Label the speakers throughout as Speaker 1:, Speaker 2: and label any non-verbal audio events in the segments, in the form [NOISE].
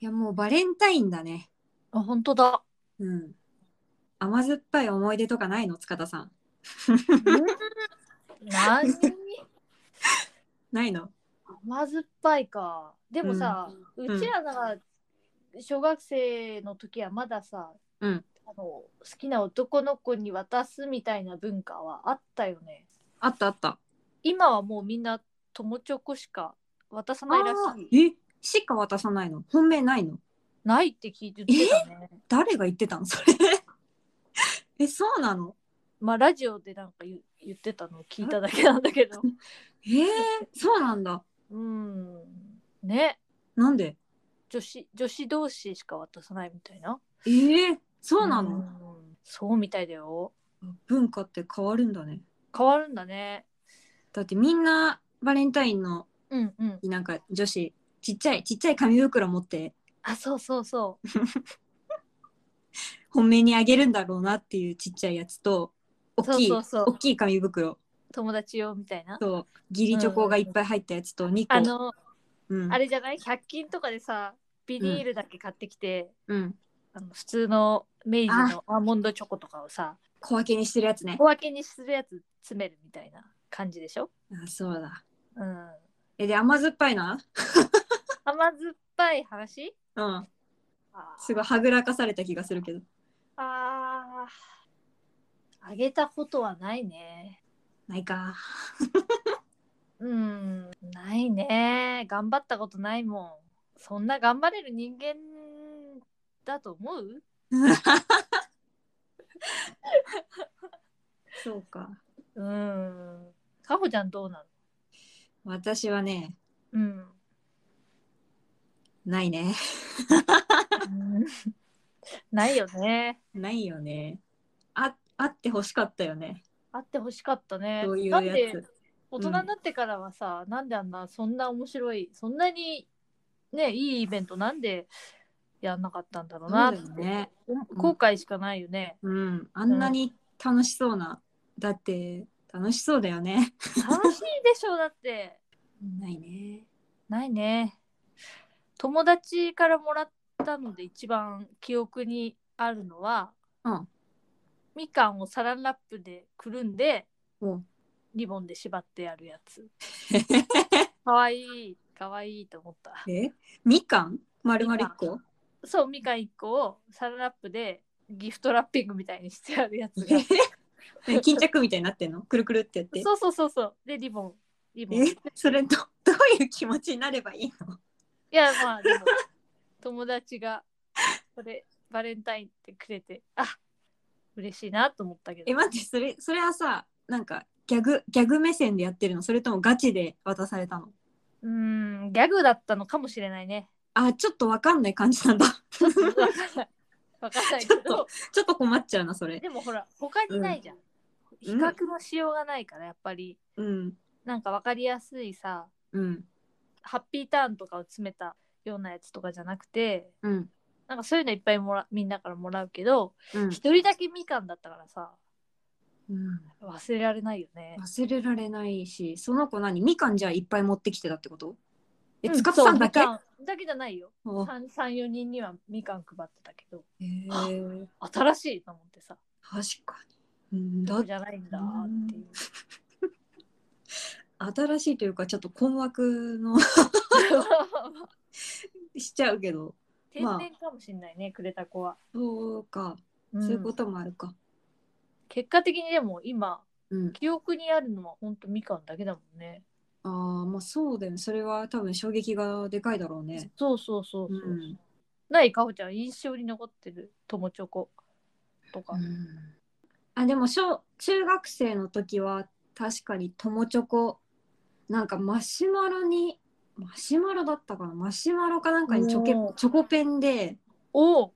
Speaker 1: いやもうバレンタインだね。
Speaker 2: あ、本当だ。
Speaker 1: うん。甘酸っぱい思い出とかないの塚田さん。
Speaker 2: 何
Speaker 1: ないの
Speaker 2: 甘酸っぱいか。でもさ、う
Speaker 1: うん
Speaker 2: ちらが小学生の時はまださ、
Speaker 1: うん
Speaker 2: あの好きな男の子に渡すみたいな文化はあったよね。
Speaker 1: あったあった。
Speaker 2: 今はもうみんな友チョコしか渡さないらしい。
Speaker 1: えしか渡さないの本命ないの
Speaker 2: ないって聞いて言ってたね。
Speaker 1: 誰が言ってたのそれ。 [LAUGHS] え、そうなの
Speaker 2: まあラジオでなんか言言ってたのを聞いただけなんだけど。
Speaker 1: えー、そうなんだ。
Speaker 2: うん。ね。
Speaker 1: なんで
Speaker 2: 女子女子同士しか渡さないみたいな。
Speaker 1: えー、そうなの、
Speaker 2: んそうみたいだよ。
Speaker 1: 文化って変わるんだね。
Speaker 2: 変わるんだね。
Speaker 1: だってみんなバレンタインの
Speaker 2: うんうん。
Speaker 1: なんか女子ちっちゃいちっちゃい紙袋持って
Speaker 2: あ、そうそうそう。
Speaker 1: 本命にあげるんだろうなっていうちっちゃいやつと大きい
Speaker 2: そうそうそう
Speaker 1: 大きい紙袋
Speaker 2: 友達用みたいな。
Speaker 1: と義理チョコがいっぱい入ったやつと2個、
Speaker 2: あの、
Speaker 1: うん、
Speaker 2: あれじゃない ?100 均とかでさ、ビニールだけ買ってきて、
Speaker 1: うん、
Speaker 2: あの普通の明治のアーモンドチョコとかをさ、
Speaker 1: 小分けにしてるやつね
Speaker 2: 小分けにするやつ詰めるみたいな感じでしょ
Speaker 1: あそうだ
Speaker 2: うん。
Speaker 1: えで甘酸っぱいな
Speaker 2: 甘酸っぱい話
Speaker 1: うん
Speaker 2: あー
Speaker 1: すごいはぐらかされた気がするけど
Speaker 2: あー。あげたことはないね。
Speaker 1: ない [LAUGHS] か
Speaker 2: うん。ないね。頑張ったことないもん。そんな頑張れる人間だと思う
Speaker 1: そうか
Speaker 2: うん。かほちゃんどうな
Speaker 1: 私はね
Speaker 2: のうん。
Speaker 1: ないね
Speaker 2: ないよね。
Speaker 1: ないよねああってほしかったよね
Speaker 2: あってほしかったね。
Speaker 1: そういう
Speaker 2: な
Speaker 1: や
Speaker 2: んで
Speaker 1: つ
Speaker 2: 大人になってからはさ、なんであんなそんな面白いそんなにねいいイベントなんでやんなかったんだろ
Speaker 1: そうう
Speaker 2: な
Speaker 1: だ
Speaker 2: って
Speaker 1: よね
Speaker 2: 後悔しかないよね。
Speaker 1: うんあんなに楽しそうなだって楽しそうだよね
Speaker 2: 楽しいでしょだって。
Speaker 1: ないね
Speaker 2: ないね。友達からもらったので一番記憶にあるのは、
Speaker 1: うん
Speaker 2: みかんをサランラップでくるんで
Speaker 1: うん
Speaker 2: リボンで縛ってやるやつ。
Speaker 1: [LAUGHS]
Speaker 2: かわいいかわいいと思った
Speaker 1: えみかん丸々一個
Speaker 2: そうみかん1個をサランラップでギフトラッピングみたいにしてあるやつ
Speaker 1: [LAUGHS]
Speaker 2: が
Speaker 1: えね巾着みたいになってんのくるくるってやって
Speaker 2: そうそうそうそうでリボンリボン
Speaker 1: え
Speaker 2: い
Speaker 1: それどどういう気持ちになればいいの
Speaker 2: やまあでも [LAUGHS] 友達がこれバレンタインってくれてあ嬉しいなと思ったけ
Speaker 1: え
Speaker 2: ど
Speaker 1: 待ってそれそれはさなんかギャグギャグ目線でやってるのそれともガチで渡されたの
Speaker 2: うーんギャグだったのかもしれない
Speaker 1: [LAUGHS]
Speaker 2: ね
Speaker 1: あちょっとわかんない感じなんだ [LAUGHS] ちょ
Speaker 2: わかんないわかんないけ
Speaker 1: ちょっ
Speaker 2: ど
Speaker 1: っと困っちゃうなそれ
Speaker 2: でもほら他にないじゃん、比較のしようがないからやっぱり
Speaker 1: うん
Speaker 2: なんかわかりやすいさ
Speaker 1: うん
Speaker 2: ハッピーターンとかを詰めたようなやつとかじゃなくて
Speaker 1: うん
Speaker 2: なんかそういうのいっぱいもらみんなからもらうけど
Speaker 1: うん
Speaker 2: 一、人だけみかんだったからさ
Speaker 1: うん
Speaker 2: 忘れられないよね
Speaker 1: 忘れられないしその子何みかんじゃあいっぱい持ってきてたってことえ
Speaker 2: うん
Speaker 1: 塚田さんだけ、
Speaker 2: そうみかんだけじゃないよ
Speaker 1: お
Speaker 2: 34人にはみかん配ってたけど
Speaker 1: へー
Speaker 2: 新しいと思ってさ
Speaker 1: 確かにうんだ
Speaker 2: そうじゃないんだっていう
Speaker 1: 新しいというかちょっと困惑の [LAUGHS] しちゃうけど
Speaker 2: [LAUGHS] 天然かもしんないねくれた子は、
Speaker 1: そうか
Speaker 2: ん
Speaker 1: そういうこともあるか
Speaker 2: 結果的にでも今
Speaker 1: うん、
Speaker 2: 記憶にあるのはほんとみかんだけだもんね
Speaker 1: ああまあそうだよねそれは多分衝撃がでかいだろうね
Speaker 2: そうそうそうそう、
Speaker 1: うん
Speaker 2: ないかほちゃん印象に残ってる友チョコとか、
Speaker 1: うんあでも小中学生の時は確かに友チョコなんかマシュマロにマシュマロだったかなマシュマロかなんかにチョケ
Speaker 2: おー
Speaker 1: チョコペンで
Speaker 2: おお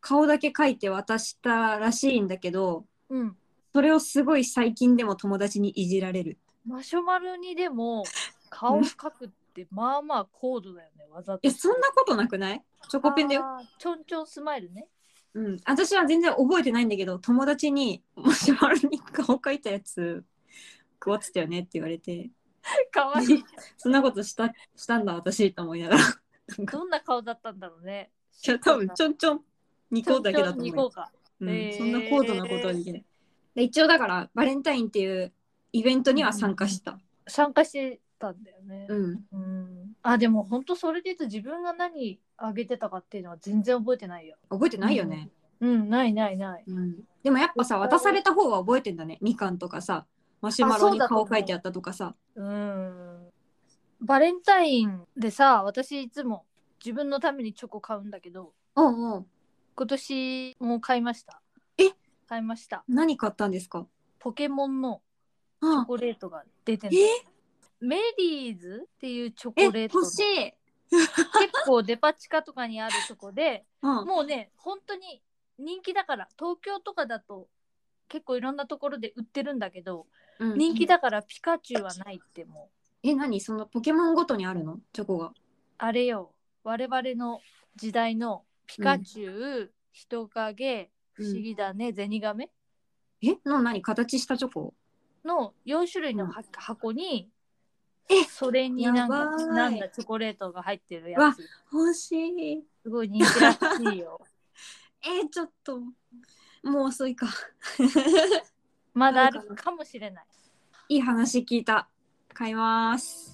Speaker 1: 顔だけ描いて渡したらしいんだけど
Speaker 2: うん
Speaker 1: それをすごい最近でも友達にいじられる
Speaker 2: マシュマロにでも顔を描くってまあまあ高度だよねわざと
Speaker 1: えそんなことなくないチョコペンだよ、
Speaker 2: あーちょんちょんスマイル
Speaker 1: [LAUGHS]
Speaker 2: ね
Speaker 1: うん、私は全然覚えてないんだけど友達にマシュマロに顔描いたやつ食わって [LAUGHS] たよねって言われて
Speaker 2: かわいい
Speaker 1: [LAUGHS] そんなことしたしたんだ私と思いながらなんか
Speaker 2: どんな顔だったんだろうね。
Speaker 1: いや多分ち
Speaker 2: ょっ
Speaker 1: ょんちょん2個だけだと思う
Speaker 2: 行こうか。
Speaker 1: うん
Speaker 2: えー
Speaker 1: そんな高度なことはできない。で一応だからバレンタインっていうイベントには参加した。
Speaker 2: 参加してたんだよね。
Speaker 1: うん。
Speaker 2: うんあでも本当それで言うと自分が何あげてたかっていうのは全然覚えてないよ。
Speaker 1: 覚えてないよね。
Speaker 2: うんないないない。
Speaker 1: うん。でもやっぱさ渡された方は覚えてんだね。みかんとかさマシュマロに顔書いてあったとかさ。
Speaker 2: うん。バレンタインでさ私いつも自分のためにチョコ買うんだけど
Speaker 1: おうおう。
Speaker 2: 今年も買いました。
Speaker 1: え
Speaker 2: 買いました。
Speaker 1: 何買ったんですか。
Speaker 2: ポケモンのチョ
Speaker 1: あ
Speaker 2: コレートが出て
Speaker 1: え
Speaker 2: る。メリーズっていうチョ
Speaker 1: え
Speaker 2: コレートの
Speaker 1: 欲し
Speaker 2: 結
Speaker 1: い。
Speaker 2: 構デパ地下とかにあるチョコで
Speaker 1: うん。
Speaker 2: もうね本当に人気だから東京とかだと結構いろんなところで売ってるんだけど、
Speaker 1: うん
Speaker 2: 人気だからピカチュウはないっても
Speaker 1: え何そのポケモンごとにあるのチョコが。
Speaker 2: うあれよ我々の時代のピカチュウ、人影不思議だね、ゼニガメ
Speaker 1: えの何形したチョコ。
Speaker 2: の4種類のは箱に、
Speaker 1: え
Speaker 2: それになん
Speaker 1: やば
Speaker 2: か
Speaker 1: い
Speaker 2: なんだチョコレートが入ってるやつ
Speaker 1: 欲しい。
Speaker 2: すごい人気らしい
Speaker 1: [LAUGHS]
Speaker 2: よ
Speaker 1: えーちょっともう遅いか。
Speaker 2: まだあるかもしれない
Speaker 1: いい話聞いた。買います。